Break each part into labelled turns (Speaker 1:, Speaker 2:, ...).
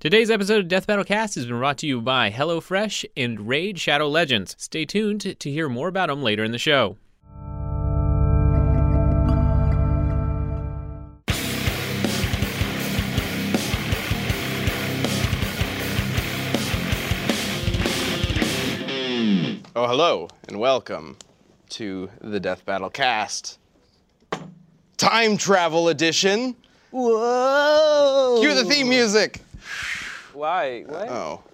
Speaker 1: Today's episode of Death Battle Cast has been brought to you by HelloFresh and Raid Shadow Legends. Stay tuned to hear more about them later in the show.
Speaker 2: Oh, hello, and welcome to the Death Battle Cast. Time travel edition.
Speaker 3: Whoa!
Speaker 2: Cue the theme music.
Speaker 3: Why? What?
Speaker 2: Oh,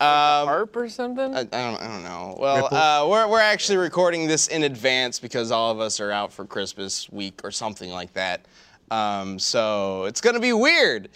Speaker 3: Harp or something?
Speaker 2: I, I, don't, I don't know. Well, uh, we're, we're actually recording this in advance because all of us are out for Christmas week or something like that. Um, so it's going to be weird.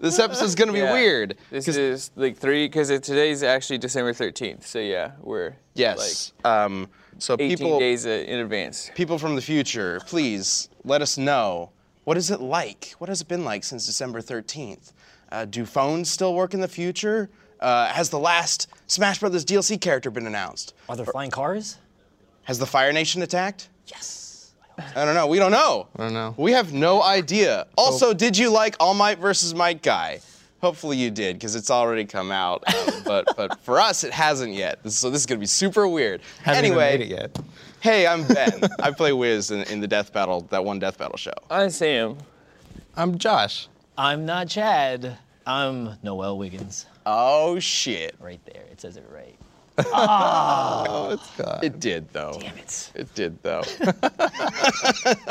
Speaker 2: This episode's going to be
Speaker 3: Yeah.
Speaker 2: weird.
Speaker 3: This is like three because today's actually December thirteenth. So yeah, we're
Speaker 2: Yes. um, so
Speaker 3: like eighteen
Speaker 2: people,
Speaker 3: days uh, in advance.
Speaker 2: people from the future, please let us know what is it like? What has it been like since December 13th? Uh, do phones still work in the future? Uh, has the last Smash Brothers DLC character been announced?
Speaker 4: Are there flying cars?
Speaker 2: Has the Fire Nation attacked?
Speaker 4: Yes.
Speaker 2: I don't know. We don't know. I don't know. We have no idea. Also, did you like All Might versus Might Guy? Hopefully you did, because it's already come out. um, but but for us, it hasn't yet. So this is gonna be super weird. anyway,
Speaker 5: yet.
Speaker 2: hey, I'm Ben. I play Wiz in, in the Death Battle, that one Death Battle show.
Speaker 3: I Sam.
Speaker 5: I'm Josh.
Speaker 4: I'm not Chad. I'm Noel Wiggins.
Speaker 2: Oh shit!
Speaker 4: Right there. It says it right.
Speaker 2: It did though.
Speaker 4: Damn it.
Speaker 2: It did though.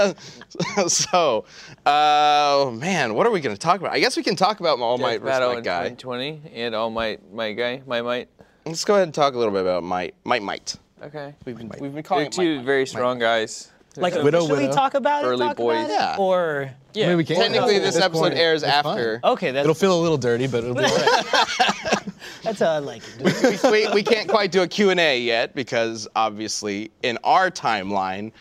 Speaker 2: so, uh, man, what are we gonna talk about? I guess we can talk about All Might
Speaker 3: Death
Speaker 2: versus
Speaker 3: Battle
Speaker 2: Might guy.
Speaker 3: Twenty and all might my guy my might.
Speaker 2: Let's go ahead and talk a little bit about Might. Might Might.
Speaker 3: Okay.
Speaker 2: We've been,
Speaker 5: Might.
Speaker 2: we've been calling
Speaker 3: They're
Speaker 2: it Might,
Speaker 3: two
Speaker 2: Might.
Speaker 3: very strong guys.
Speaker 4: Like,
Speaker 5: Widow,
Speaker 4: should we
Speaker 5: widow.
Speaker 4: talk about it?
Speaker 3: Early
Speaker 4: talk
Speaker 3: boys.
Speaker 4: About it?
Speaker 2: Yeah.
Speaker 4: Or
Speaker 3: yeah.
Speaker 5: I mean, we can't
Speaker 2: Technically,
Speaker 5: at
Speaker 2: this episode
Speaker 5: point,
Speaker 2: airs
Speaker 5: it's fine.
Speaker 2: after.
Speaker 4: okay,
Speaker 5: It'll
Speaker 4: that's
Speaker 5: feel a little dirty, but it'll be all right.
Speaker 4: that's how I like it.
Speaker 2: we, we can't quite do a Q&A yet because obviously in our timeline,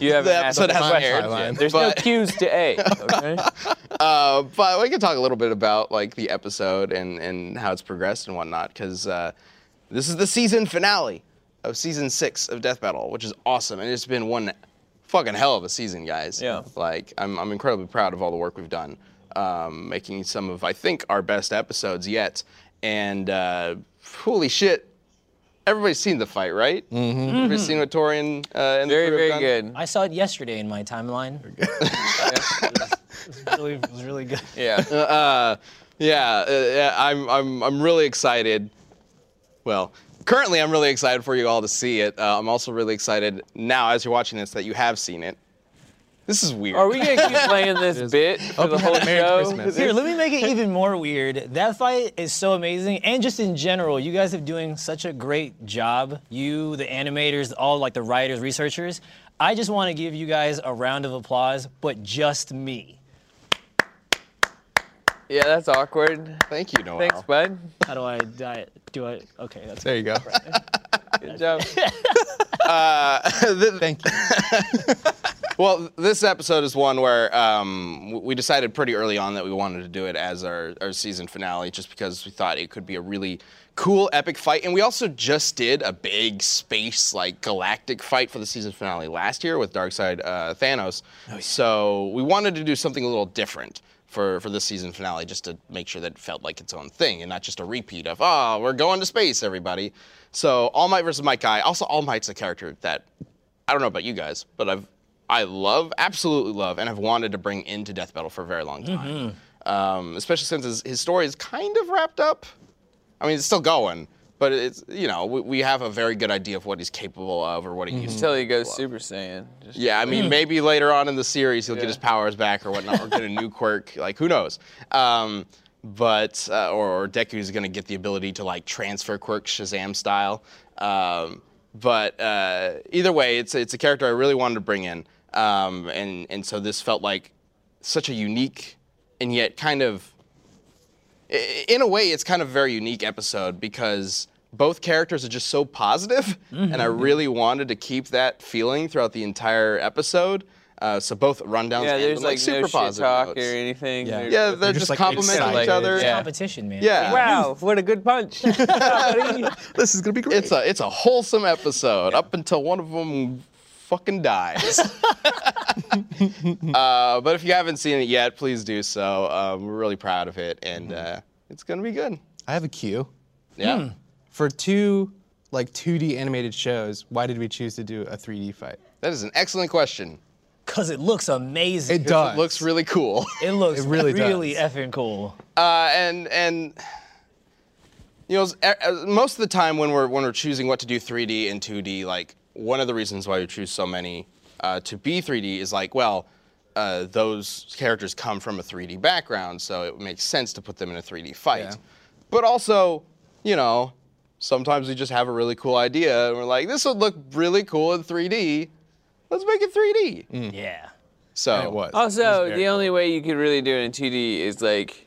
Speaker 3: You haven't
Speaker 2: The
Speaker 3: asked
Speaker 2: episode
Speaker 3: that
Speaker 2: hasn't
Speaker 3: question
Speaker 2: aired
Speaker 3: yet.
Speaker 5: yet.
Speaker 3: There's no
Speaker 2: But-
Speaker 3: cues to A. Okay.
Speaker 2: Uh, but we can talk a little bit about like the episode and, and how it's progressed and whatnot, because uh, this is the season finale of season six of Death Battle, which is awesome, and it's been one fucking hell of a season, guys.
Speaker 3: Yeah.
Speaker 2: Like I'm I'm incredibly proud of all the work we've done, um, making some of I think our best episodes yet, and uh, holy shit. Everybody's seen the fight, right? Mm-hmm. Everybody's seen what Torian uh, and the
Speaker 3: Very
Speaker 2: crew have
Speaker 3: very
Speaker 2: done?
Speaker 3: good.
Speaker 4: I saw it yesterday in my timeline. it, was really, it was really good.
Speaker 3: Yeah.
Speaker 2: Yeah, uh, yeah, I'm, I'm, I'm really excited. Well, currently I'm really excited for you all to see it. Uh, I'm also really excited now as you're watching this that you have seen it. This is weird.
Speaker 3: Are we gonna keep playing this bit for the whole
Speaker 5: Merry
Speaker 3: show?
Speaker 5: Christmas.
Speaker 4: Here, let me make it even more weird. That fight is so amazing, and just in general, you guys are doing such a great job. You, the animators, all like the writers, researchers. I just want to give you guys a round of applause, but just me.
Speaker 3: Yeah, that's awkward.
Speaker 2: Thank you, Noel.
Speaker 3: Thanks, bud.
Speaker 4: How do I die? Do I? Okay, that's
Speaker 5: There you go.
Speaker 3: Good job.
Speaker 5: Thank you.
Speaker 2: Well, this episode is one where um, w- we decided pretty early on that we wanted to do it as our, our season finale just because we thought it could be a really cool, epic fight. And we also just did a big space, like galactic fight for the season finale last year with Darkseid uh, Thanos. So we wanted to do something a little different. For, for this season finale, just to make sure that it felt like its own thing and not just a repeat of, oh, we're going to space, everybody. So, All Might versus Mike Guy. Also, All Might's a character that I don't know about you guys, but I've I love, absolutely love, and I've wanted to bring into Death Battle for a very long time. Um, especially since his, his story is kind of wrapped up. I mean, it's still going, but it's you know we, we have a very good idea of what he's capable of or what he used to.
Speaker 3: Until he goes Super Saiyan. Just-
Speaker 2: Yeah, I mean, maybe later on in the series he'll get
Speaker 3: Yeah.
Speaker 2: his powers back or whatnot, or get a new quirk. Like, who knows? Um, but uh, or, or Deku's gonna get the ability to like transfer quirks Shazam style. Um, but uh, either way, it's it's a character I really wanted to bring in, um, and and so this felt like such a unique and yet kind of i- in a way, it's kind of a very unique episode because both characters are just so positive,
Speaker 5: Mm-hmm.
Speaker 2: and I really wanted to keep that feeling throughout the entire episode. Uh, so both rundowns
Speaker 3: Yeah,
Speaker 2: end
Speaker 3: there's
Speaker 2: in, like,
Speaker 3: like
Speaker 2: super
Speaker 3: no shit
Speaker 2: positive
Speaker 3: talk
Speaker 2: notes.
Speaker 3: or anything.
Speaker 5: Yeah.
Speaker 3: They're-
Speaker 2: Yeah,
Speaker 5: They're
Speaker 2: they're,
Speaker 5: just,
Speaker 2: just
Speaker 5: like,
Speaker 2: complimenting each
Speaker 5: excited.
Speaker 2: other.
Speaker 3: Yeah.
Speaker 4: competition, man.
Speaker 2: Yeah.
Speaker 3: Wow, what a good punch.
Speaker 5: This is gonna be great.
Speaker 2: It's a it's a wholesome episode up until one of them fucking dies. uh, but if you haven't seen it yet, please do so. Um, we're really proud of it, and
Speaker 5: Mm-hmm.
Speaker 2: uh, it's gonna be good.
Speaker 5: I have a cue.
Speaker 2: Yeah.
Speaker 5: Hmm. For two like 2D animated shows, why did we choose to do a 3D fight?
Speaker 2: That is an excellent question.
Speaker 4: Because it looks amazing.
Speaker 5: It does.
Speaker 2: Looks really cool.
Speaker 4: It looks
Speaker 5: It
Speaker 4: really,
Speaker 5: really
Speaker 4: really
Speaker 5: does.
Speaker 4: effing cool.
Speaker 2: uh, and and you know, s- e- e- most of the time when we're when we're choosing what to do 3D and 2D, like one of the reasons why we choose so many uh, to be 3D is like, well, uh, those characters come from a 3D background, so it makes sense to put them in a 3D fight.
Speaker 5: Yeah.
Speaker 2: But also, you know, sometimes we just have a really cool idea and we're like, this would look really cool in 3D. Let's make it 3D.
Speaker 4: Yeah.
Speaker 2: So
Speaker 5: Mm. And it was.
Speaker 3: Also, the only way you could really do it in 2D is like,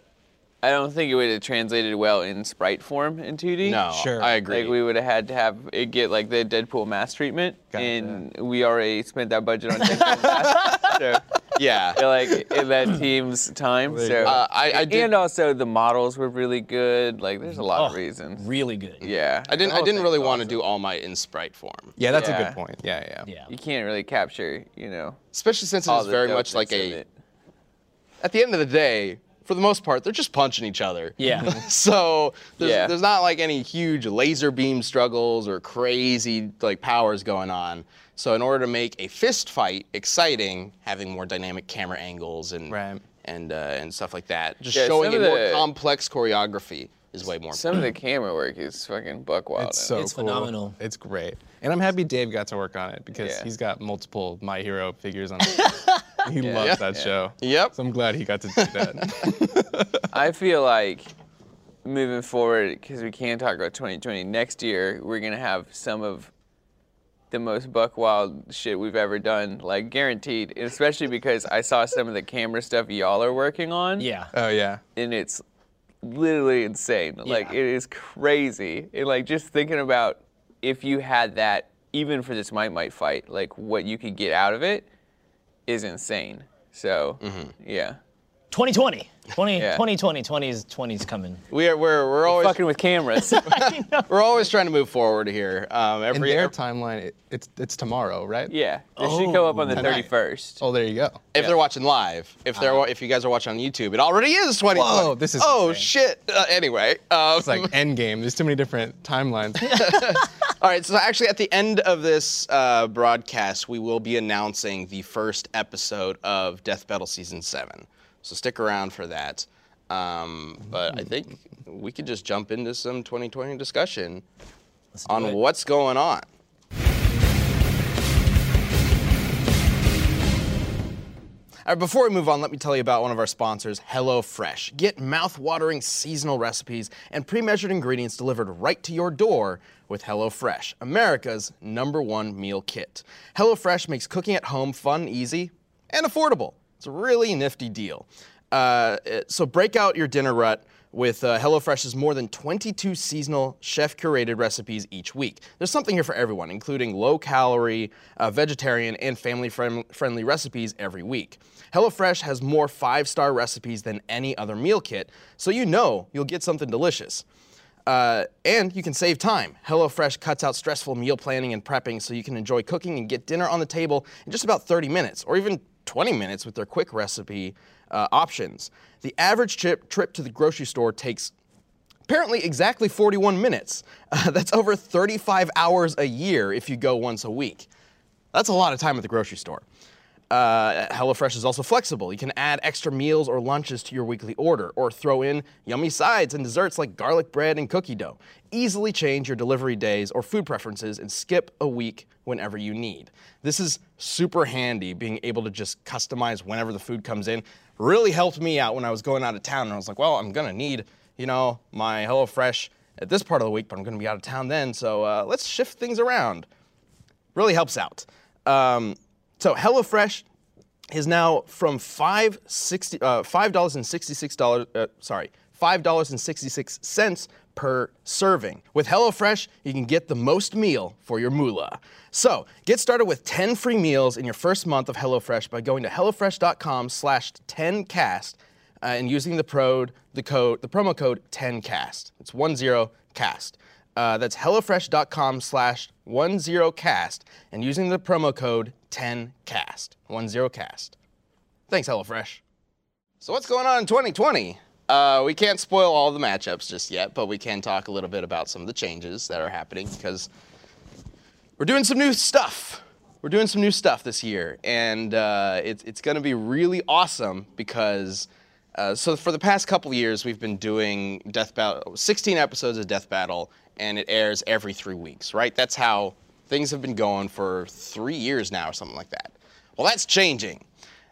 Speaker 3: I don't think it would have translated well in sprite form in 2D.
Speaker 2: No,
Speaker 5: Sure.
Speaker 2: I agree.
Speaker 3: Like we would have had to have it get like the Deadpool mask treatment,
Speaker 5: Gotcha.
Speaker 3: and we already spent that budget on Deadpool mask, so
Speaker 2: yeah.
Speaker 3: it, like it that team's time.
Speaker 5: There you
Speaker 3: So
Speaker 5: go.
Speaker 2: Uh, I- I did-
Speaker 3: and also the models were really good. Like there's a lot
Speaker 4: Oh,
Speaker 3: of reasons.
Speaker 4: Really good.
Speaker 3: yeah,
Speaker 2: I didn't
Speaker 3: the
Speaker 2: I didn't
Speaker 3: whole thing's
Speaker 2: really want to
Speaker 3: awesome.
Speaker 2: do All Might in sprite form.
Speaker 5: Yeah, that's a
Speaker 3: Yeah.
Speaker 5: good point. Yeah, yeah.
Speaker 4: Yeah.
Speaker 3: You can't really capture, you know,
Speaker 2: Especially since it
Speaker 3: all
Speaker 2: was
Speaker 3: the
Speaker 2: very much like
Speaker 3: dopeness of
Speaker 2: a.
Speaker 3: it.
Speaker 2: At the end of the day, for the most part, they're just punching each other.
Speaker 4: Yeah.
Speaker 2: So there's,
Speaker 3: Yeah.
Speaker 2: there's not like any huge laser beam struggles or crazy like powers going on. So in order to make a fist fight exciting, having more dynamic camera angles and
Speaker 5: Right.
Speaker 2: and uh, and stuff like that, just
Speaker 3: Yeah,
Speaker 2: showing a
Speaker 3: some of
Speaker 2: more
Speaker 3: the-
Speaker 2: complex choreography is way more.
Speaker 3: Some of the camera work is fucking buck wild.
Speaker 5: It's so
Speaker 4: It's
Speaker 5: cool.
Speaker 4: phenomenal.
Speaker 5: It's great. And I'm happy Dave got to work on it because
Speaker 3: Yeah.
Speaker 5: he's got multiple My Hero figures on his He loves
Speaker 2: Yeah.
Speaker 5: that show.
Speaker 2: Yep.
Speaker 5: So I'm glad he got to do that.
Speaker 3: I feel like moving forward, because we can talk about 2020, next year we're going to have some of the most buck wild shit we've ever done, like guaranteed, especially because I saw some of the camera stuff y'all are working on.
Speaker 4: Yeah.
Speaker 5: oh, yeah.
Speaker 3: And it's literally insane. Like,
Speaker 4: Yeah.
Speaker 3: it is crazy. And, like, just thinking about if you had that, even for this Might Might fight, like, what you could get out of it is insane. So,
Speaker 4: Mm-hmm.
Speaker 3: yeah.
Speaker 4: 2020. 20,
Speaker 3: Yeah.
Speaker 4: 2020. 20 is 20's coming.
Speaker 2: we are we're, we're always
Speaker 3: Fucking with cameras.
Speaker 2: we're always trying to move forward here. Um,
Speaker 5: In
Speaker 2: every
Speaker 5: their timeline, it, it's it's tomorrow, right?
Speaker 3: Yeah, it should go up on the
Speaker 5: Tonight.
Speaker 3: 31st.
Speaker 5: Oh, there you go.
Speaker 2: If they're watching live, if they're wa- if you guys are watching on YouTube, it already is 20.
Speaker 5: Uh-huh. Whoa, this is
Speaker 2: oh
Speaker 5: insane.
Speaker 2: shit. Uh, anyway, um,
Speaker 5: It's like Endgame. There's too many different timelines.
Speaker 2: all right. So actually, at the end of this uh, broadcast, we will be announcing the first episode of Death Battle season seven. So stick around for that. Um, but I think we could just jump into some 2020 discussion
Speaker 4: do
Speaker 2: on
Speaker 4: it.
Speaker 2: what's going on. All right, before we move on, let me tell you about one of our sponsors, HelloFresh. Get mouth-watering seasonal recipes and pre-measured ingredients delivered right to your door with HelloFresh, America's number one meal kit. HelloFresh makes cooking at home fun, easy, and affordable. It's a really nifty deal. Uh, it- so break out your dinner rut with uh, HelloFresh's more than 22 seasonal chef curated recipes each week. There's something here for everyone, including low calorie, uh, vegetarian, and family friend- friendly recipes every week. HelloFresh has more five star recipes than any other meal kit, so you know you'll get something delicious. Uh, and you can save time. HelloFresh cuts out stressful meal planning and prepping so you can enjoy cooking and get dinner on the table in just about 30 minutes or even 20 minutes with their quick recipe uh, options. The average chip trip to the grocery store takes apparently exactly 41 minutes. Uh, that's over 35 hours a year if you go once a week. That's a lot of time at the grocery store. Uh, HelloFresh is also flexible. You can add extra meals or lunches to your weekly order, or throw in yummy sides and desserts like garlic bread and cookie dough. Easily change your delivery days or food preferences and skip a week whenever you need. This is super handy, being able to just customize whenever the food comes in. Really helped me out when I was going out of town and I was like, well, I'm gonna need, you know, my HelloFresh at this part of the week, but I'm gonna be out of town then, so uh, let's shift things around really helps out. Um, so HelloFresh is now from five sixty uh, five dollars and sixty six dollars. Uh, sorry, five dollars and sixty six cents per serving. With HelloFresh, you can get the most meal for your moolah. So get started with ten free meals in your first month of HelloFresh by going to hellofresh.com/10cast uh, and using the pro the code the promo code 10cast. It's one zero cast. Uh, that's HelloFresh.com slash 10cast and using the promo code 10cast. 10cast. Thanks, HelloFresh. So, what's going on in 2020? Uh, we can't spoil all the matchups just yet, but we can talk a little bit about some of the changes that are happening because we're doing some new stuff. We're doing some new stuff this year, and uh, it's it's going to be really awesome because. Uh, so for the past couple years, we've been doing Death Battle, 16 episodes of Death Battle, and it airs every three weeks, right? That's how things have been going for three years now, or something like that. Well, that's changing.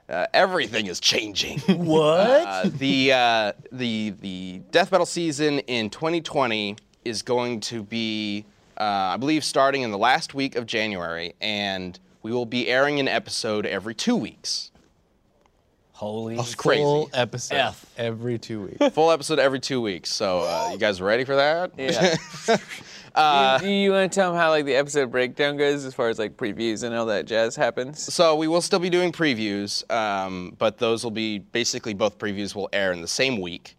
Speaker 2: Uh, everything is changing.
Speaker 4: What?
Speaker 2: Uh, the uh, the the death battle season in 2020 is going to be, uh, I believe, starting in the last week of January, and we will be airing an episode every two weeks.
Speaker 4: Holy
Speaker 2: crazy.
Speaker 5: Full episode
Speaker 4: F.
Speaker 5: every two weeks.
Speaker 2: Full episode every two weeks. So uh, you guys ready for that?
Speaker 3: Yeah. Uh, do, do you want to tell them how like the episode breakdown goes as far as like previews and all that jazz happens?
Speaker 2: So we will still be doing previews, um, but those will be basically both previews will air in the same week,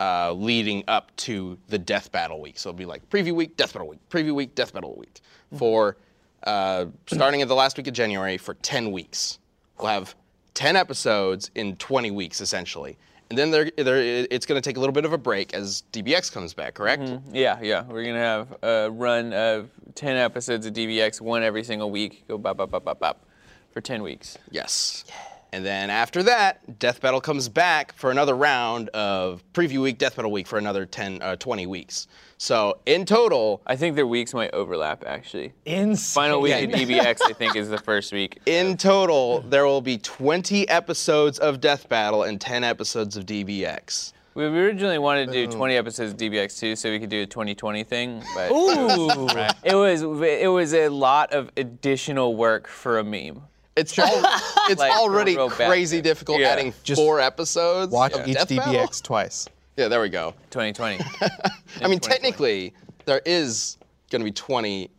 Speaker 2: uh, leading up to the death battle week. So it'll be like preview week, death battle week, preview week, death battle week for uh, starting at the last week of January for ten weeks. We'll have ten episodes in twenty weeks essentially, and then there, there it's going to take a little bit of a break as DBX comes back, correct?
Speaker 3: Yeah, yeah. We're gonna have a run of ten episodes of DBX, one every single week. Go bop bop bop bop bop for ten weeks.
Speaker 2: Yes. And then after that, Death Battle comes back for another round of preview week, Death Battle week for another 10, uh, 20 weeks. So in total,
Speaker 3: I think their weeks might overlap actually.
Speaker 4: Insane.
Speaker 3: Final week of DBX, I think, is the first week.
Speaker 2: in total, there will be 20 episodes of Death Battle and 10 episodes of DBX.
Speaker 3: We originally wanted to do 20 episodes of DBX too, so we could do a 2020 thing, but
Speaker 4: Ooh.
Speaker 3: it was it was a lot of additional work for a meme.
Speaker 2: It's, al- it's
Speaker 3: Like,
Speaker 2: already
Speaker 3: real bad.
Speaker 2: crazy difficult
Speaker 3: Yeah.
Speaker 2: adding
Speaker 5: Just
Speaker 2: four episodes
Speaker 5: Watch
Speaker 2: of
Speaker 5: each
Speaker 2: Death
Speaker 5: DBX
Speaker 2: Battle.
Speaker 5: twice.
Speaker 2: Yeah, there we go.
Speaker 3: 2020.
Speaker 2: I mean, technically, there is going to be 20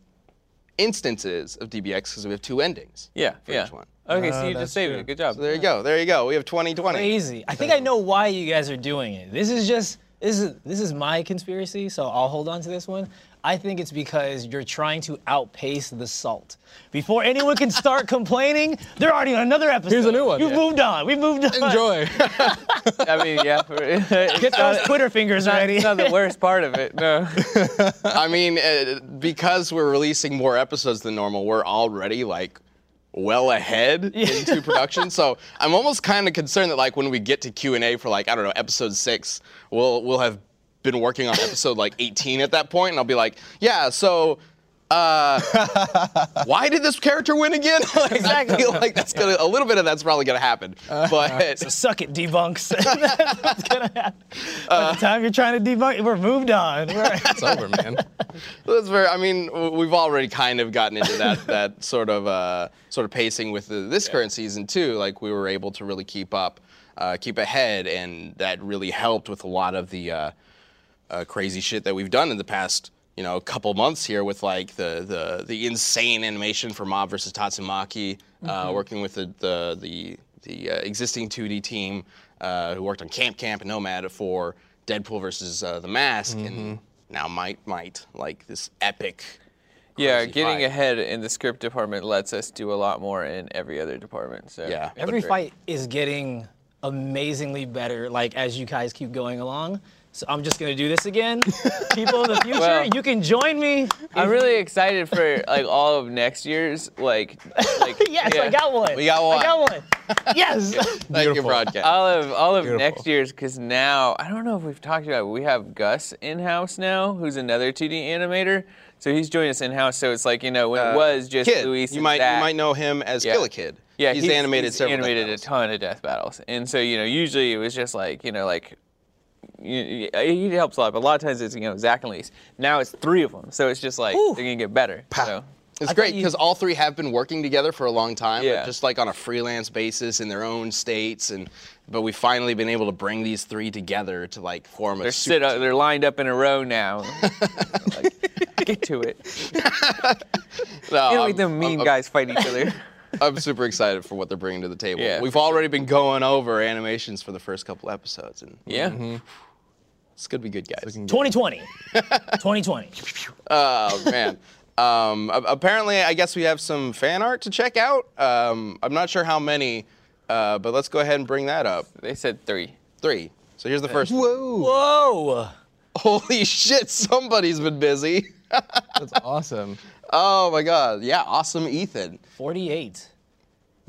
Speaker 2: instances of DBX because we have two endings.
Speaker 3: Yeah,
Speaker 2: for
Speaker 3: yeah.
Speaker 2: each one.
Speaker 3: Okay, so you
Speaker 5: that's
Speaker 3: just saved
Speaker 5: true.
Speaker 3: it. Good job.
Speaker 2: So there you go. There you go. We have 2020.
Speaker 4: Crazy. I think I know why you guys are doing it. This is just this is this is my conspiracy, so I'll hold on to this one. I think it's because you're trying to outpace the salt. Before anyone can start complaining, they're already on another episode.
Speaker 5: Here's a new one.
Speaker 4: You've
Speaker 5: Yeah.
Speaker 4: moved on. We've moved on.
Speaker 5: Enjoy. Uh,
Speaker 3: I mean, yeah.
Speaker 4: Get those Twitter fingers ready.
Speaker 3: It's not the worst part of it. No.
Speaker 2: I mean, uh, because we're releasing more episodes than normal, we're already like well ahead into production. So I'm almost kind of concerned that like when we get to Q and A for like I don't know episode six, we'll we'll have been working on episode like 18 at that point, and I'll be like, yeah, so. Uh, why did this character win again? like, I feel like that's gonna a little bit of that's probably gonna happen, but
Speaker 4: Suck it, debunks. That's gonna happen.
Speaker 5: Uh,
Speaker 4: By the time you're trying to debunk, we're moved on. We're-
Speaker 5: it's over, man.
Speaker 2: That's very. I mean, w- we've already kind of gotten into that that sort of uh, sort of pacing with the, this current season too. Like we were able to really keep up, uh, keep ahead, and that really helped with a lot of the uh, uh, crazy shit that we've done in the past. You know, couple months here with like the the, the insane animation for Mob versus Tatsumaki, uh,
Speaker 3: Mm-hmm.
Speaker 2: working with the the the, the uh, existing 2D team uh, who worked on Camp Camp and Nomad for Deadpool versus uh, the Mask,
Speaker 3: Mm-hmm.
Speaker 2: and now might might like this epic.
Speaker 3: Yeah,
Speaker 2: Crazy
Speaker 3: getting
Speaker 2: fight.
Speaker 3: ahead in the script department lets us do a lot more in every other department. So
Speaker 2: Yeah.
Speaker 4: Every
Speaker 3: Great.
Speaker 4: fight is getting amazingly better, like as you guys keep going along. So I'm just gonna do this again. People in the future,
Speaker 3: Well-
Speaker 4: you can join me.
Speaker 3: I'm really excited for like all of next year's like like
Speaker 4: Yes, I
Speaker 3: yeah.
Speaker 4: got one.
Speaker 2: We got
Speaker 4: I got one. yes.
Speaker 2: Thank you,
Speaker 5: Beautiful.
Speaker 2: broadcast.
Speaker 3: all of all of
Speaker 5: Beautiful.
Speaker 3: next year's because now I don't know if we've talked about it, we have Gus in house now who's another 2D animator so he's joined us in house so it's like you know when it was just
Speaker 2: Kid,
Speaker 3: Luis
Speaker 2: you
Speaker 3: and
Speaker 2: might
Speaker 3: Zach,
Speaker 2: you might know him as
Speaker 3: Yeah.
Speaker 2: Kill a Kid.
Speaker 3: yeah
Speaker 2: he's, animated
Speaker 3: he's
Speaker 2: several.
Speaker 3: animated a
Speaker 2: battles.
Speaker 3: ton of death battles and so you know usually it was just like you know like you, he helps a lot but a lot of times it's you know Zach and Luis now it's three of them so it's just like they're gonna get better so
Speaker 2: It's
Speaker 4: I thought
Speaker 2: great
Speaker 4: you-
Speaker 2: because all three have been working together for a long time, but
Speaker 3: Yeah.
Speaker 2: just like on a freelance basis in their own states, and but we've finally been able to bring these three together to like form a
Speaker 3: they're
Speaker 2: super
Speaker 3: sit up, they're lined up in a row now like, get to it
Speaker 2: No,
Speaker 3: You know,
Speaker 2: I'm-
Speaker 3: like the mean
Speaker 2: I'm-
Speaker 3: guys fight each other.
Speaker 2: I'm super excited for what they're bringing to the table.
Speaker 3: Yeah,
Speaker 2: We've
Speaker 3: for
Speaker 2: Mm-hmm. already been going over animations for the first couple episodes, and
Speaker 3: yeah.
Speaker 2: It's gonna be good, guys.
Speaker 5: Looking good.
Speaker 4: 2020. 2020.
Speaker 2: Oh man. Um, a- apparently, I guess we have some fan art to check out. Um, I'm not sure how many, uh, but let's go ahead and bring that up.
Speaker 3: They said three.
Speaker 2: Three. So here's the first. one.
Speaker 5: Whoa,
Speaker 4: Whoa.
Speaker 2: Holy shit! Somebody's been busy.
Speaker 5: that's awesome.
Speaker 2: Oh my god. Yeah. Awesome, Ethan.
Speaker 4: 48.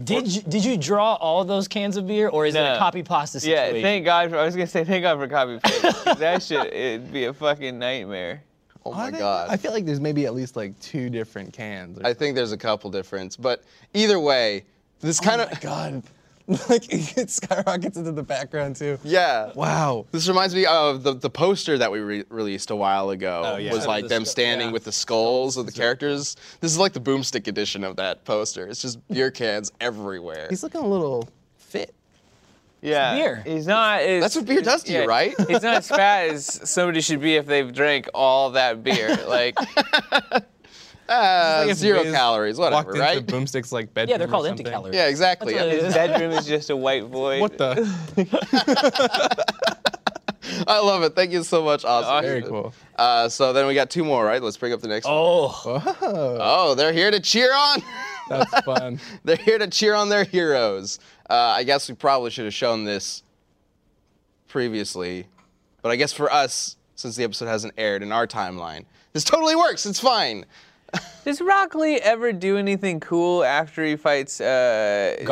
Speaker 4: Did you, did you draw all those cans of beer, or is it
Speaker 3: No.
Speaker 4: a copy pasta
Speaker 3: Yeah,
Speaker 4: situation?
Speaker 3: thank God. For, I was gonna say thank God for copy paste. 'cause that shit it'd be a fucking nightmare.
Speaker 2: Oh my
Speaker 5: I think-
Speaker 2: god.
Speaker 5: I feel like there's maybe at least like two different cans. Or
Speaker 2: I think there's a couple difference, but either way, this kind of
Speaker 5: Oh God, like it skyrockets into the background too.
Speaker 2: yeah.
Speaker 5: Wow.
Speaker 2: This reminds me of the, the poster that we re- released a while ago.
Speaker 5: Oh, yeah.
Speaker 2: Was like
Speaker 4: The
Speaker 2: them
Speaker 4: sc-
Speaker 2: standing
Speaker 4: yeah.
Speaker 2: with the skulls of the characters. This is like the boomstick edition of that poster. It's just beer cans everywhere.
Speaker 5: He's looking a little fit.
Speaker 3: Yeah,
Speaker 4: beer.
Speaker 3: He's not. As,
Speaker 2: That's what beer does to you, right?
Speaker 3: It's not as fat as somebody should be if they've drank all that beer. Like,
Speaker 2: Uh,
Speaker 5: Like if
Speaker 2: zero
Speaker 5: Wiz
Speaker 2: calories,
Speaker 5: walked
Speaker 2: whatever,
Speaker 5: into
Speaker 2: right?
Speaker 5: Boomstick's like bedroom.
Speaker 4: Yeah, they're
Speaker 5: or
Speaker 4: called empty
Speaker 5: something.
Speaker 4: calories.
Speaker 2: Yeah, exactly.
Speaker 4: That's what it
Speaker 3: his bedroom is just a white void.
Speaker 5: What the?
Speaker 2: I love it. Thank you so much, Austin.
Speaker 5: Very cool.
Speaker 2: Uh, so then we got two more, right? Let's bring up the next one.
Speaker 4: Oh,
Speaker 2: Oh, they're here to cheer on.
Speaker 5: That's fun.
Speaker 2: They're here to cheer on their heroes. Uh, I guess we probably should have shown this previously, but I guess for us, since the episode hasn't aired in our timeline, this totally works. It's fine.
Speaker 3: Does Rock Lee ever do anything cool after he fights uh,
Speaker 4: Gaara?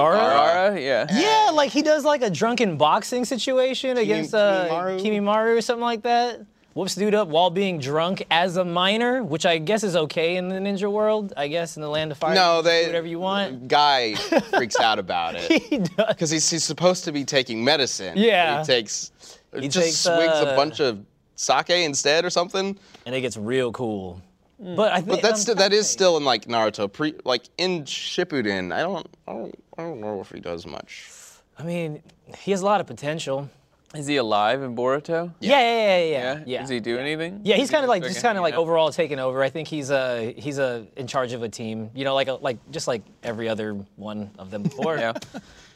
Speaker 3: Gaara? Yeah.
Speaker 4: yeah, like he does like a drunken boxing situation against uh,
Speaker 2: Kimimaru?
Speaker 4: Kimimaru or something like that. Whoops dude up while being drunk as a minor, which I guess is okay in the ninja world. I guess in the land of fire,
Speaker 2: No,
Speaker 4: you can do
Speaker 2: they
Speaker 4: whatever you want.
Speaker 2: Guy freaks out about it
Speaker 4: he does.
Speaker 2: because he's, he's supposed to be taking medicine. but
Speaker 4: Yeah.
Speaker 2: he takes he just
Speaker 4: takes,
Speaker 2: swigs a
Speaker 4: uh,
Speaker 2: bunch of sake instead or something.
Speaker 4: and it gets real cool. But I think
Speaker 2: But that's
Speaker 4: um,
Speaker 2: st- that is still in like Naruto pre like in Shippuden. I don't I don't I don't know if he does much.
Speaker 4: I mean, he has a lot of potential.
Speaker 3: Is he alive in Boruto?
Speaker 4: Yeah, yeah, yeah, yeah. yeah.
Speaker 3: Does he do anything?
Speaker 4: Yeah,
Speaker 3: Is
Speaker 4: he's
Speaker 3: he
Speaker 4: kind of like just
Speaker 3: fucking
Speaker 4: kind of like
Speaker 3: hanging out?
Speaker 4: overall taking over. I think he's uh he's uh, in charge of a team. You know, like a, like just like every other one of them before.
Speaker 3: Yeah.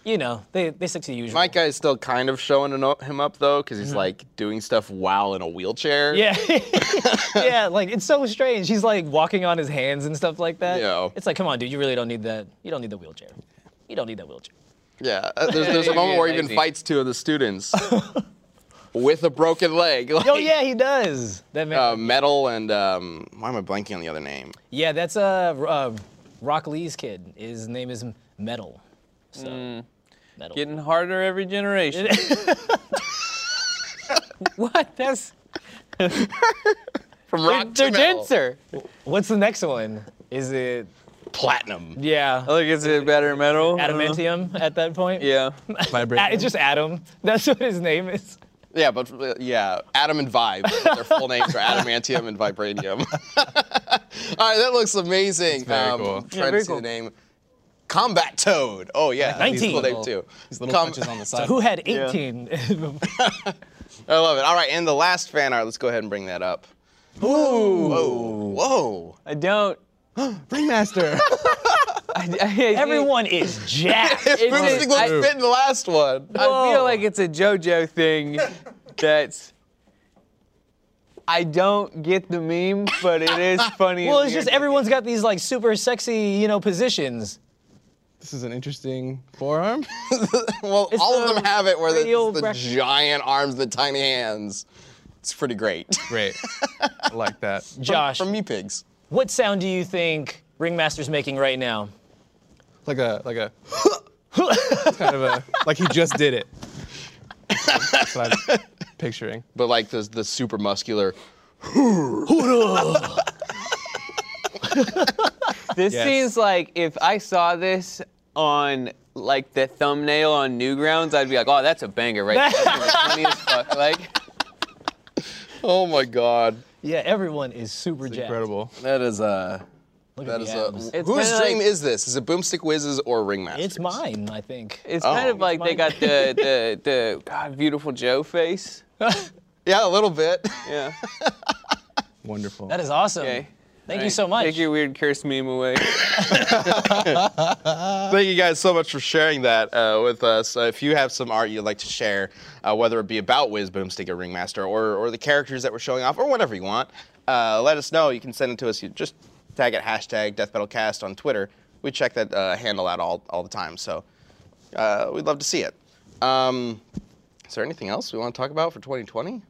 Speaker 4: You know, they they stick to the usual.
Speaker 2: My guy's still kind of showing an o- him up though, because he's like doing stuff while in a wheelchair.
Speaker 4: Mm-hmm. Yeah. yeah, like it's so strange. He's like walking on his hands and stuff like that.
Speaker 2: Yeah.
Speaker 4: It's like, come on, dude, you really don't need that. You don't need the wheelchair. You don't need that wheelchair.
Speaker 2: yeah. Uh, There's, there's a moment where he even
Speaker 3: Lazy.
Speaker 2: fights two of the students with a broken leg. Like,
Speaker 4: Oh yeah, he does. That man.
Speaker 2: Uh, metal and um, why am I blanking on the other name?
Speaker 4: yeah, that's uh, R- uh Rock Lee's kid. His name is Metal. So
Speaker 3: Mm.
Speaker 4: Metal.
Speaker 3: Getting harder every generation. what? That's
Speaker 2: From rock
Speaker 4: they're
Speaker 2: to metal.
Speaker 4: denser. What's the next one? Is it
Speaker 2: Platinum.
Speaker 4: yeah,
Speaker 3: like is it better metal?
Speaker 4: adamantium at that point?
Speaker 3: Uh-huh. Yeah.
Speaker 4: A-
Speaker 5: Vibrate.
Speaker 4: it's just Adam. That's what his name is.
Speaker 2: Yeah, but uh, yeah, Adam and Vibe. Their full names are Adamantium and Vibranium. All right, that looks amazing. Um,
Speaker 5: very cool.
Speaker 2: Trying to see the name. Combat Toad. Oh yeah, that's a cool
Speaker 4: 19.
Speaker 2: name too.
Speaker 5: These little
Speaker 2: Com-
Speaker 5: punches on the side.
Speaker 4: Who had 18?
Speaker 2: I love it. All right, and the last fan art. Let's go ahead and bring that up. Ooh. Whoa. Whoa.
Speaker 3: I don't.
Speaker 5: Ringmaster.
Speaker 3: I, I,
Speaker 4: Everyone is jacked.
Speaker 2: If
Speaker 3: It's
Speaker 2: Boomstick
Speaker 3: just-
Speaker 2: looks
Speaker 3: I-
Speaker 2: fit in the last one.
Speaker 3: I
Speaker 4: Whoa.
Speaker 3: feel like it's a JoJo thing. That's. I don't get the meme, but it is funny.
Speaker 4: Well,
Speaker 3: and
Speaker 4: it's just
Speaker 3: weird.
Speaker 4: everyone's got these like super sexy, you know, positions.
Speaker 5: this is an interesting forearm.
Speaker 2: well, all
Speaker 4: the
Speaker 2: of them have it where the,
Speaker 4: real
Speaker 2: the
Speaker 4: breakfast.
Speaker 2: giant arms, the tiny hands. It's pretty great.
Speaker 5: Great. I like that.
Speaker 4: Josh,
Speaker 2: From me pigs.
Speaker 4: what sound do you think Ringmaster's making right now?
Speaker 5: Like a like a. It's kind of a like he just did it. That's what I'm picturing.
Speaker 2: But like the the super muscular.
Speaker 3: This
Speaker 5: Yes.
Speaker 3: seems like if I saw this on like the thumbnail on Newgrounds, I'd be like, "Oh, that's a banger right there." That's funny as fuck. Like,
Speaker 2: Oh my god.
Speaker 4: Yeah, everyone is super jacked.
Speaker 5: Incredible.
Speaker 2: That is uh
Speaker 4: Look
Speaker 2: that
Speaker 4: at
Speaker 2: is
Speaker 4: the
Speaker 2: a
Speaker 4: abs.
Speaker 3: It's
Speaker 2: whose
Speaker 3: kinda
Speaker 2: dream
Speaker 3: like-
Speaker 2: is this? Is it Boomstick Whizzes or Ringmaster?
Speaker 4: It's mine, I think.
Speaker 3: it's
Speaker 2: Oh.
Speaker 3: kind of like they got the the the God, beautiful Joe face.
Speaker 2: Yeah, a little bit.
Speaker 3: Yeah.
Speaker 5: Wonderful.
Speaker 4: That is awesome.
Speaker 3: Okay.
Speaker 4: Thank you so much.
Speaker 3: Take your weird curse meme away.
Speaker 2: Thank you guys so much for sharing that uh, with us. Uh, if you have some art you'd like to share, uh, whether it be about Wiz Boomstick or Ringmaster or, or the characters that we're showing off or whatever you want, uh, let us know. You can send it to us. You just tag it hashtag Death Metal Cast on Twitter. We check that uh, handle out all, all the time, so uh, we'd love to see it. Um, is there anything else we want to talk about for 2020?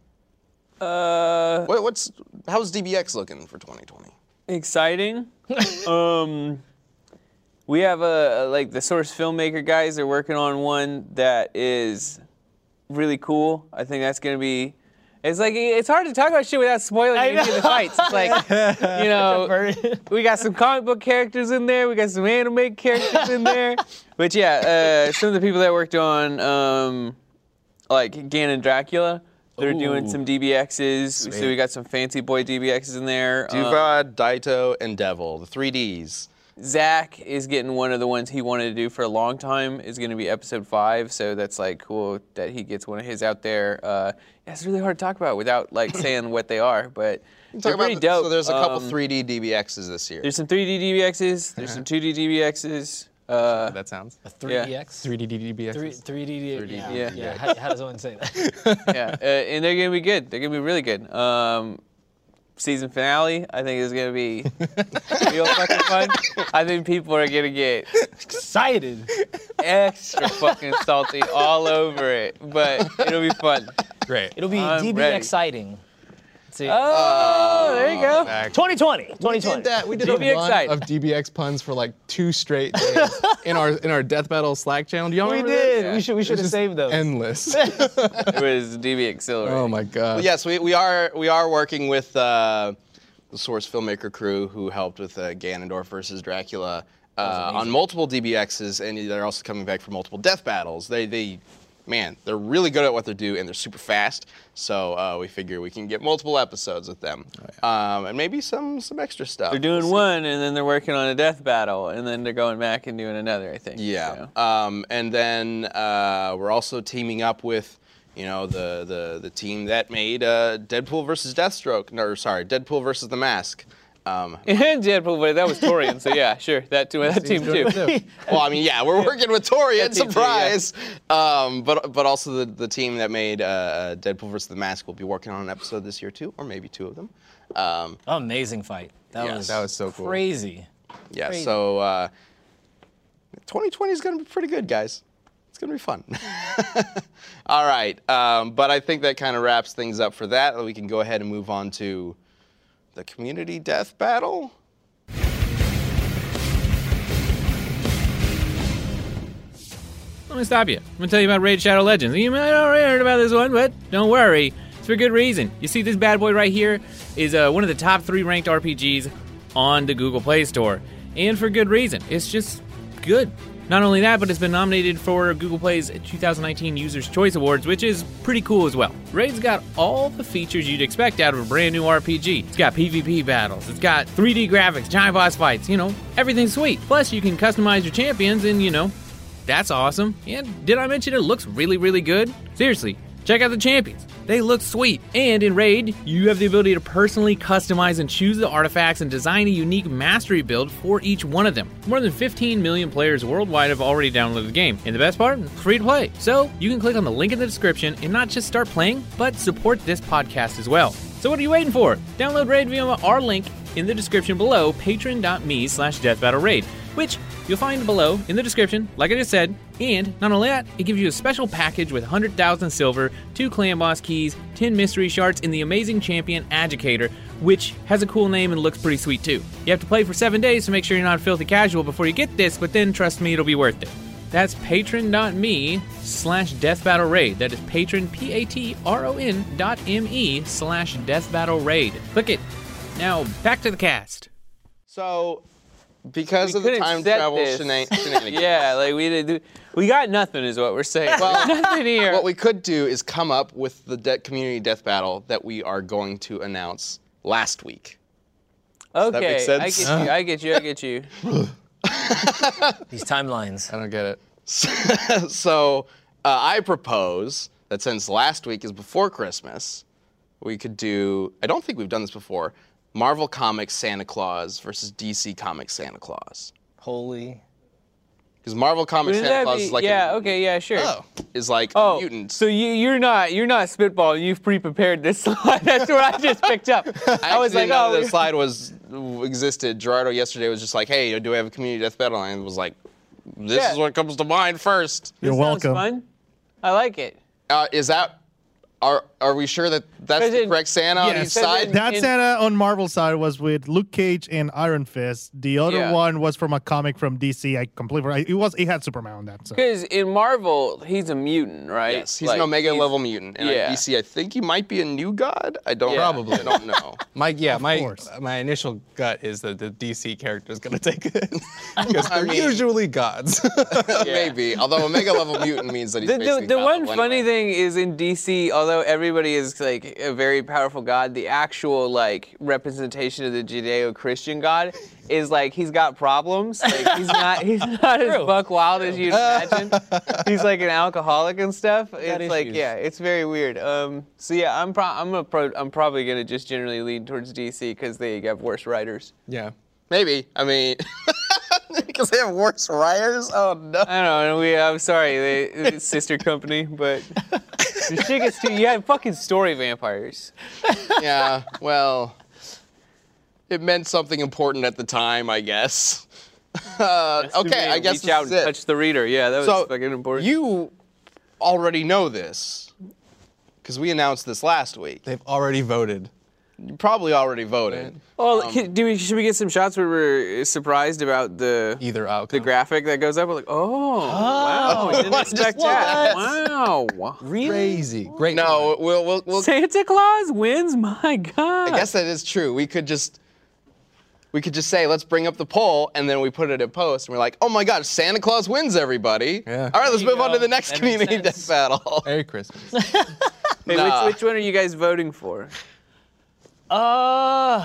Speaker 2: Uh, what, what's how's DBX looking for 2020?
Speaker 3: exciting. um, we have a, a- like the source filmmaker guys are working on one that is really cool. I think that's gonna be. It's like it's hard to talk about shit without spoiling any of the fights. It's like you know, we got some comic book characters in there. We got some anime characters in there. But yeah, uh, some of the people that worked on um, like Ganon Dracula. They're doing
Speaker 4: Ooh.
Speaker 3: some DBXs, so we got some fancy boy DBXs in there. Um,
Speaker 2: Duvad, Daito, and Devil, the three Ds.
Speaker 3: Zach is getting one of the ones he wanted to do for a long time. Is going to be episode five, so that's like cool that he gets one of his out there. Uh, yeah, it's really hard to talk about without like saying what they are, but
Speaker 2: Talk
Speaker 3: they're
Speaker 2: about
Speaker 3: pretty
Speaker 2: the-
Speaker 3: dope.
Speaker 2: So there's a couple
Speaker 3: Um,
Speaker 2: 3D DBXs this year.
Speaker 3: There's some 3D DBXs. There's some 2D DBXs. Uh,
Speaker 5: That sounds.
Speaker 4: 3DX?
Speaker 5: 3D DBX.
Speaker 4: Three- 3D, yeah.
Speaker 3: Yeah.
Speaker 4: yeah. How, how does one say that?
Speaker 3: yeah, uh, and they're going to be good. They're going to be really good. Um, season finale, I think is going to be real fucking fun. I think people are going to get
Speaker 4: Excited.
Speaker 3: extra fucking salty all over it, but it'll be fun.
Speaker 5: Great.
Speaker 4: It'll be
Speaker 3: I'm
Speaker 4: DB
Speaker 3: ready.
Speaker 4: exciting. See,
Speaker 3: Oh, there you go.
Speaker 4: 2020. 2020.
Speaker 5: Uh, We did that. We did
Speaker 3: DBX
Speaker 5: a run
Speaker 3: site.
Speaker 5: of DBX puns for like two straight days in our in our death metal Slack channel. Do y'all
Speaker 4: We
Speaker 5: remember
Speaker 4: did.
Speaker 5: that?
Speaker 4: We should we should have saved those.
Speaker 5: Endless.
Speaker 3: It was DB Accelerator.
Speaker 5: oh my god.
Speaker 2: yes, we, we are we are working with uh, the Source filmmaker crew who helped with uh, Ganondorf versus Dracula uh, on multiple DBXs, and they're also coming back for multiple death battles. They they man, they're really good at what they do, and they're super fast. So uh, we figure we can get multiple episodes with them, um, and maybe some some extra stuff.
Speaker 3: They're doing one, and then they're working on a death battle, and then they're going back and doing another. I think.
Speaker 2: Yeah.
Speaker 3: so.
Speaker 2: Um, and then uh, we're also teaming up with, you know, the the, the team that made uh, Deadpool versus Deathstroke. No, sorry, Deadpool versus the Mask. Um,
Speaker 3: And Deadpool, but that was Torian, so yeah, sure, that too, that team too.
Speaker 2: well, I mean, yeah, we're working with Torian,
Speaker 3: team too,
Speaker 2: surprise. Um, but but also the, the team that made uh, Deadpool versus the Mask will be working on an episode this year too, or maybe two of them. Um,
Speaker 4: Amazing fight. That
Speaker 2: Yes.
Speaker 4: was
Speaker 5: That was so cool.
Speaker 4: crazy.
Speaker 2: yeah.
Speaker 4: Crazy.
Speaker 2: So uh, 2020 is going to be pretty good, guys. It's going to be fun. All right. Um, but I think that kind of wraps things up for that. We can go ahead and move on to the community death battle.
Speaker 1: Let me stop you. I'm gonna tell you about Raid Shadow Legends. You might already heard about this one, but don't worry. It's for good reason. You see, this bad boy right here is uh, one of the top three ranked RPGs on the Google Play Store, and for good reason. It's just good. Not only that, but it's been nominated for Google Play's 2019 Users' Choice Awards, which is pretty cool as well. Raid's got all the features you'd expect out of a brand new RPG. It's got PvP battles, it's got 3D graphics, giant boss fights, you know, everything's sweet. Plus, you can customize your champions and, you know, that's awesome. And did I mention it looks really, really good? Seriously, check out the champions. They look sweet. And in Raid, you have the ability to personally customize and choose the artifacts and design a unique mastery build for each one of them. More than 15 million players worldwide have already downloaded the game. And the best part, it's free to play. So you can click on the link in the description and not just start playing, but support this podcast as well. So what are you waiting for? Download Raid via our link in the description below, patron.me slash deathbattleraid, which you'll find below in the description, like I just said. And not only that, it gives you a special package with 100,000 silver, two clan boss keys, 10 mystery shards, and the amazing champion Agitator, which has a cool name and looks pretty sweet too. You have to play for seven days to make sure you're not filthy casual before you get this, but then trust me, it'll be worth it. That's patron.me slash death battle raid. That is patron, P A T R O N dot M E slash death battle raid. Click it. Now back to the cast.
Speaker 2: So because
Speaker 3: We
Speaker 2: of the
Speaker 3: couldn't
Speaker 2: time
Speaker 3: set
Speaker 2: travel
Speaker 3: this.
Speaker 2: shenan- shenanigans.
Speaker 3: Yeah, like we did, do, we got nothing, is what we're saying.
Speaker 2: Well,
Speaker 3: nothing here.
Speaker 2: What we could do is come up with the de- community death battle that we are going to announce last week. that
Speaker 3: okay,
Speaker 2: make sense?
Speaker 3: I get you, I get you, I get you.
Speaker 4: These timelines.
Speaker 5: I don't get it.
Speaker 2: so uh, I propose that since last week is before Christmas, we could do. I don't think we've done this before. Marvel Comics Santa Claus versus DC Comics Santa Claus.
Speaker 4: Holy.
Speaker 2: Because Marvel Comics
Speaker 3: Wouldn't
Speaker 2: Santa
Speaker 3: that
Speaker 2: Claus
Speaker 3: be-
Speaker 2: is like
Speaker 3: yeah,
Speaker 2: a,
Speaker 3: okay, yeah, sure.
Speaker 2: oh, is like
Speaker 3: Oh,
Speaker 2: mutant.
Speaker 3: so you, you're not you're not spitballing. You've pre-prepared this slide. That's what I just picked up. I,
Speaker 2: I
Speaker 3: was like,
Speaker 2: know
Speaker 3: oh,
Speaker 2: the slide was existed. Gerardo yesterday was just like, "Hey, do we have a community death battle?" And I was like, "This
Speaker 3: Yeah.
Speaker 2: is what comes to mind first.
Speaker 6: You're
Speaker 3: this sounds
Speaker 6: welcome.
Speaker 3: Fun. I like it.
Speaker 2: Uh, is that are are we sure that that's the
Speaker 3: Doesn't-
Speaker 2: correct Santa on
Speaker 6: Yes.
Speaker 2: each side?
Speaker 3: Doesn't-
Speaker 6: That
Speaker 3: in-
Speaker 6: Santa on Marvel's side was with Luke Cage and Iron Fist. The other
Speaker 3: Yeah.
Speaker 6: one was from a comic from DC. I completely forgot. It was it had Superman on that. So.
Speaker 3: Because in Marvel, he's a mutant, right?
Speaker 2: yes, he's
Speaker 3: Like,
Speaker 2: an Omega
Speaker 3: he's-
Speaker 2: level mutant, and
Speaker 3: yeah.
Speaker 2: at DC, I think he might be a new god. I don't
Speaker 3: Yeah.
Speaker 2: probably I don't know.
Speaker 5: My yeah, my
Speaker 6: course.
Speaker 5: my initial gut is that the DC character is gonna take it because
Speaker 2: I
Speaker 5: they're
Speaker 2: mean-
Speaker 5: usually gods.
Speaker 2: Maybe, although Omega level mutant means that he's
Speaker 3: The, the,
Speaker 2: basically
Speaker 3: the
Speaker 2: God
Speaker 3: one
Speaker 2: level
Speaker 3: funny
Speaker 2: anyway.
Speaker 3: thing is in DC, although everybody is like a very powerful god, the actual like representation of the Judeo-Christian God is like he's got problems. Like he's not he's not as buck wild as you'd imagine. he's like an alcoholic and stuff. It's like
Speaker 4: issues.
Speaker 3: yeah, it's very weird. Um, so yeah, I'm pro- I'm a pro- I'm probably gonna just generally lean towards DC because they have worse writers.
Speaker 5: yeah.
Speaker 2: Maybe I mean, because they have worse writers. Oh no.
Speaker 3: I don't know. We, I'm sorry, they, it's sister company, but the shit gets too. You had fucking story vampires.
Speaker 2: yeah, well, it meant something important at the time, I guess. Uh, okay, I guess
Speaker 3: reach out
Speaker 2: this is
Speaker 3: and
Speaker 2: it.
Speaker 3: touch the reader. Yeah, that was
Speaker 2: so
Speaker 3: fucking important.
Speaker 2: you already know this because we announced this last week.
Speaker 5: They've already voted.
Speaker 2: You probably already voted.
Speaker 3: well, Oh, can- do we, should we get some shots where we're surprised about the
Speaker 5: Either
Speaker 3: the
Speaker 5: outcome.
Speaker 3: graphic that goes up? We're like, oh, wow, I didn't
Speaker 2: What?
Speaker 3: expect
Speaker 2: What?
Speaker 3: that. Wow,
Speaker 5: Crazy. Great.
Speaker 2: No, we'll we'll. we'll
Speaker 3: Santa Claus wins. My God.
Speaker 2: I guess that is true. We could just. We could just say, let's bring up the poll, and then we put it in post, and we're like, oh my God, Santa Claus wins, everybody.
Speaker 5: Yeah.
Speaker 2: All right, let's
Speaker 4: There you
Speaker 2: move on to
Speaker 4: go.
Speaker 2: the next
Speaker 4: That makes
Speaker 2: community death
Speaker 4: sense.
Speaker 2: battle.
Speaker 5: Merry Christmas.
Speaker 3: Hey,
Speaker 2: nah.
Speaker 3: which, which one are you guys voting for?
Speaker 4: Uh,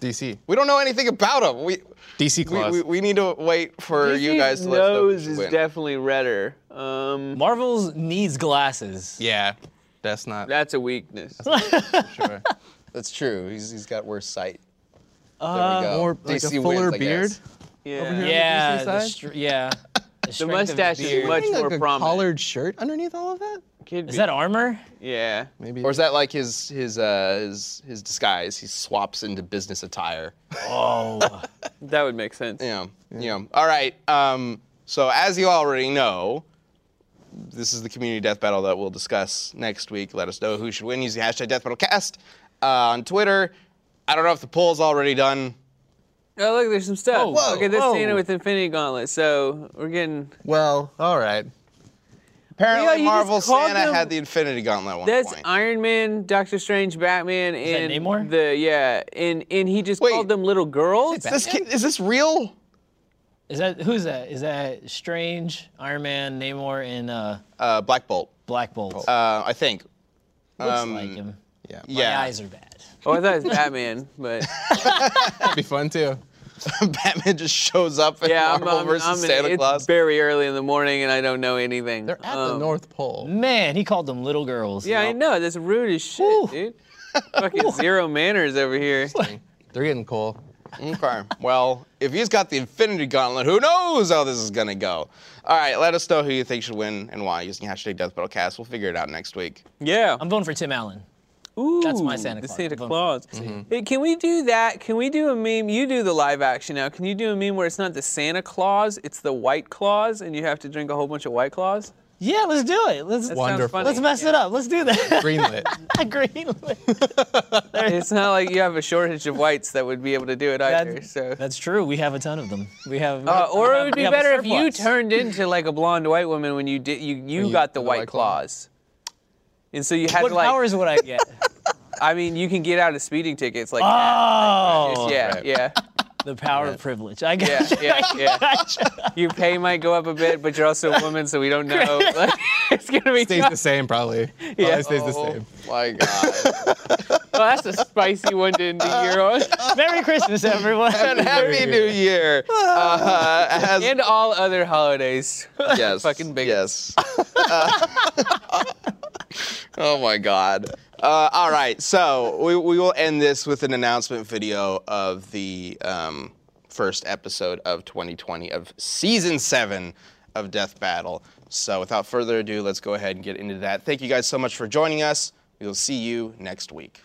Speaker 5: DC.
Speaker 2: We don't know anything about him. We,
Speaker 5: DC
Speaker 2: we,
Speaker 5: Claus.
Speaker 2: we, we need to wait for you
Speaker 3: DC's
Speaker 2: guys to let us know
Speaker 3: nose
Speaker 2: who
Speaker 3: is
Speaker 2: win.
Speaker 3: definitely redder. Um,
Speaker 4: Marvel's needs glasses.
Speaker 5: yeah. That's not
Speaker 3: that's a weakness.
Speaker 5: sure.
Speaker 2: That's true. He's, he's got worse sight.
Speaker 4: Uh,
Speaker 2: there we go.
Speaker 5: More like a
Speaker 2: DC wins,
Speaker 5: fuller
Speaker 2: I
Speaker 5: beard.
Speaker 2: guess.
Speaker 3: Yeah.
Speaker 5: here.
Speaker 4: Yeah,
Speaker 5: DC
Speaker 4: the
Speaker 5: side?
Speaker 4: str- yeah. The, strength of his
Speaker 3: mustache is
Speaker 4: beard.
Speaker 3: much-
Speaker 5: Wearing,
Speaker 3: more
Speaker 5: like a
Speaker 3: prominent.
Speaker 5: collared shirt underneath all of that.
Speaker 3: Could
Speaker 4: Is
Speaker 3: be.
Speaker 4: that armor?
Speaker 3: yeah.
Speaker 5: Maybe.
Speaker 2: Or is that like his his uh, his his disguise? He swaps into business attire.
Speaker 4: Oh,
Speaker 3: That would make sense.
Speaker 2: Yeah, yeah. All right. Um, so as you already know, this is the community death battle that we'll discuss next week. Let us know who should win. Use the hashtag Death Battle Cast uh, on Twitter. I don't know if the poll's already done.
Speaker 3: Oh, look, there's some stuff.
Speaker 2: Whoa,
Speaker 3: look at this
Speaker 2: whoa.
Speaker 3: Santa with Infinity Gauntlet. So we're getting.
Speaker 5: Well, oh, all right.
Speaker 2: Apparently,
Speaker 3: you just
Speaker 2: Marvel
Speaker 3: called
Speaker 2: Santa
Speaker 3: them-
Speaker 2: had the Infinity Gauntlet at one
Speaker 3: That's
Speaker 2: point.
Speaker 3: Iron Man, Doctor Strange, Batman,
Speaker 4: that
Speaker 3: and
Speaker 4: Namor?
Speaker 3: the yeah, and and he just
Speaker 2: Wait.
Speaker 3: called them little girls.
Speaker 2: Is this, kid- is this real?
Speaker 4: is that who's that? Is that Strange, Iron Man, Namor, and uh,
Speaker 2: Uh, Black Bolt,
Speaker 4: Black Bolt?
Speaker 2: uh, I think.
Speaker 4: Looks
Speaker 2: um,
Speaker 4: like him.
Speaker 5: Yeah.
Speaker 4: My
Speaker 2: yeah.
Speaker 4: eyes are bad.
Speaker 3: Oh, I thought it was Batman, but
Speaker 5: That'd be fun too.
Speaker 2: Batman just shows up in
Speaker 3: yeah, I'm,
Speaker 2: Marvel
Speaker 3: I'm,
Speaker 2: versus
Speaker 3: I'm an-
Speaker 2: Santa
Speaker 3: it's
Speaker 2: Claus.
Speaker 3: very early in the morning and I don't know anything.
Speaker 5: They're at the
Speaker 3: Um,
Speaker 5: North Pole.
Speaker 4: Man, he called them little girls.
Speaker 3: Yeah, I know. That's rude as shit, dude. Fucking zero manners over here.
Speaker 5: They're getting cold.
Speaker 2: okay. Well, if he's got the Infinity Gauntlet, who knows how this is gonna go? All right, let us know who you think should win and why using hashtag Death Battle Cast. We'll figure it out next week.
Speaker 3: Yeah.
Speaker 4: I'm voting for Tim Allen.
Speaker 3: Ooh,
Speaker 4: That's my Santa
Speaker 3: the
Speaker 4: Claus.
Speaker 3: Santa
Speaker 4: Boom. Mm-hmm.
Speaker 3: Claus. Hey, can we do that? Can we do a meme? You do the live action now. Can you do a meme where it's not the Santa Claus, it's the White Claus, and you have to drink a whole bunch of White Claus?
Speaker 4: Yeah, let's do it. Let's
Speaker 3: That sounds
Speaker 5: Wonderful.
Speaker 3: funny.
Speaker 4: let's mess it up. Let's do that.
Speaker 5: Greenlit.
Speaker 4: Green.
Speaker 3: It's not like you have a shortage of whites that would be able to do it either.
Speaker 4: That's-
Speaker 3: so.
Speaker 4: That's true. We have a ton of them. We have.
Speaker 3: Uh, or it
Speaker 4: we have-
Speaker 3: would
Speaker 4: we
Speaker 3: be
Speaker 4: have a
Speaker 3: better if you
Speaker 4: surplus.
Speaker 3: turned into like a blonde white woman when you did you you,
Speaker 5: you-
Speaker 3: got the,
Speaker 5: the
Speaker 3: white,
Speaker 5: White Claw.
Speaker 3: claws. And so you had
Speaker 4: What
Speaker 3: to like
Speaker 4: powers would I get?
Speaker 3: I mean you can get out of speeding tickets like
Speaker 4: oh,
Speaker 3: that. Yeah, yeah.
Speaker 4: the power of privilege. I got
Speaker 3: Yeah, yeah, yeah. Your pay might go up a bit, but you're also a woman, so we don't know. Like, it's gonna be.
Speaker 5: Stays
Speaker 3: tough.
Speaker 5: the same probably. Probably stays the same.
Speaker 2: My God.
Speaker 3: Well, that's a spicy one to end the year on.
Speaker 4: Merry Christmas, everyone.
Speaker 2: and Happy New Year. Uh, as-
Speaker 3: And all other holidays.
Speaker 2: yes.
Speaker 3: Fucking bigots.
Speaker 2: Yes. Uh, oh my God. Uh, all right, so we, we will end this with an announcement video of the um, first episode of 2020 of season seven of Death Battle. So without further ado, let's go ahead and get into that. Thank you guys so much for joining us. We will see you next week.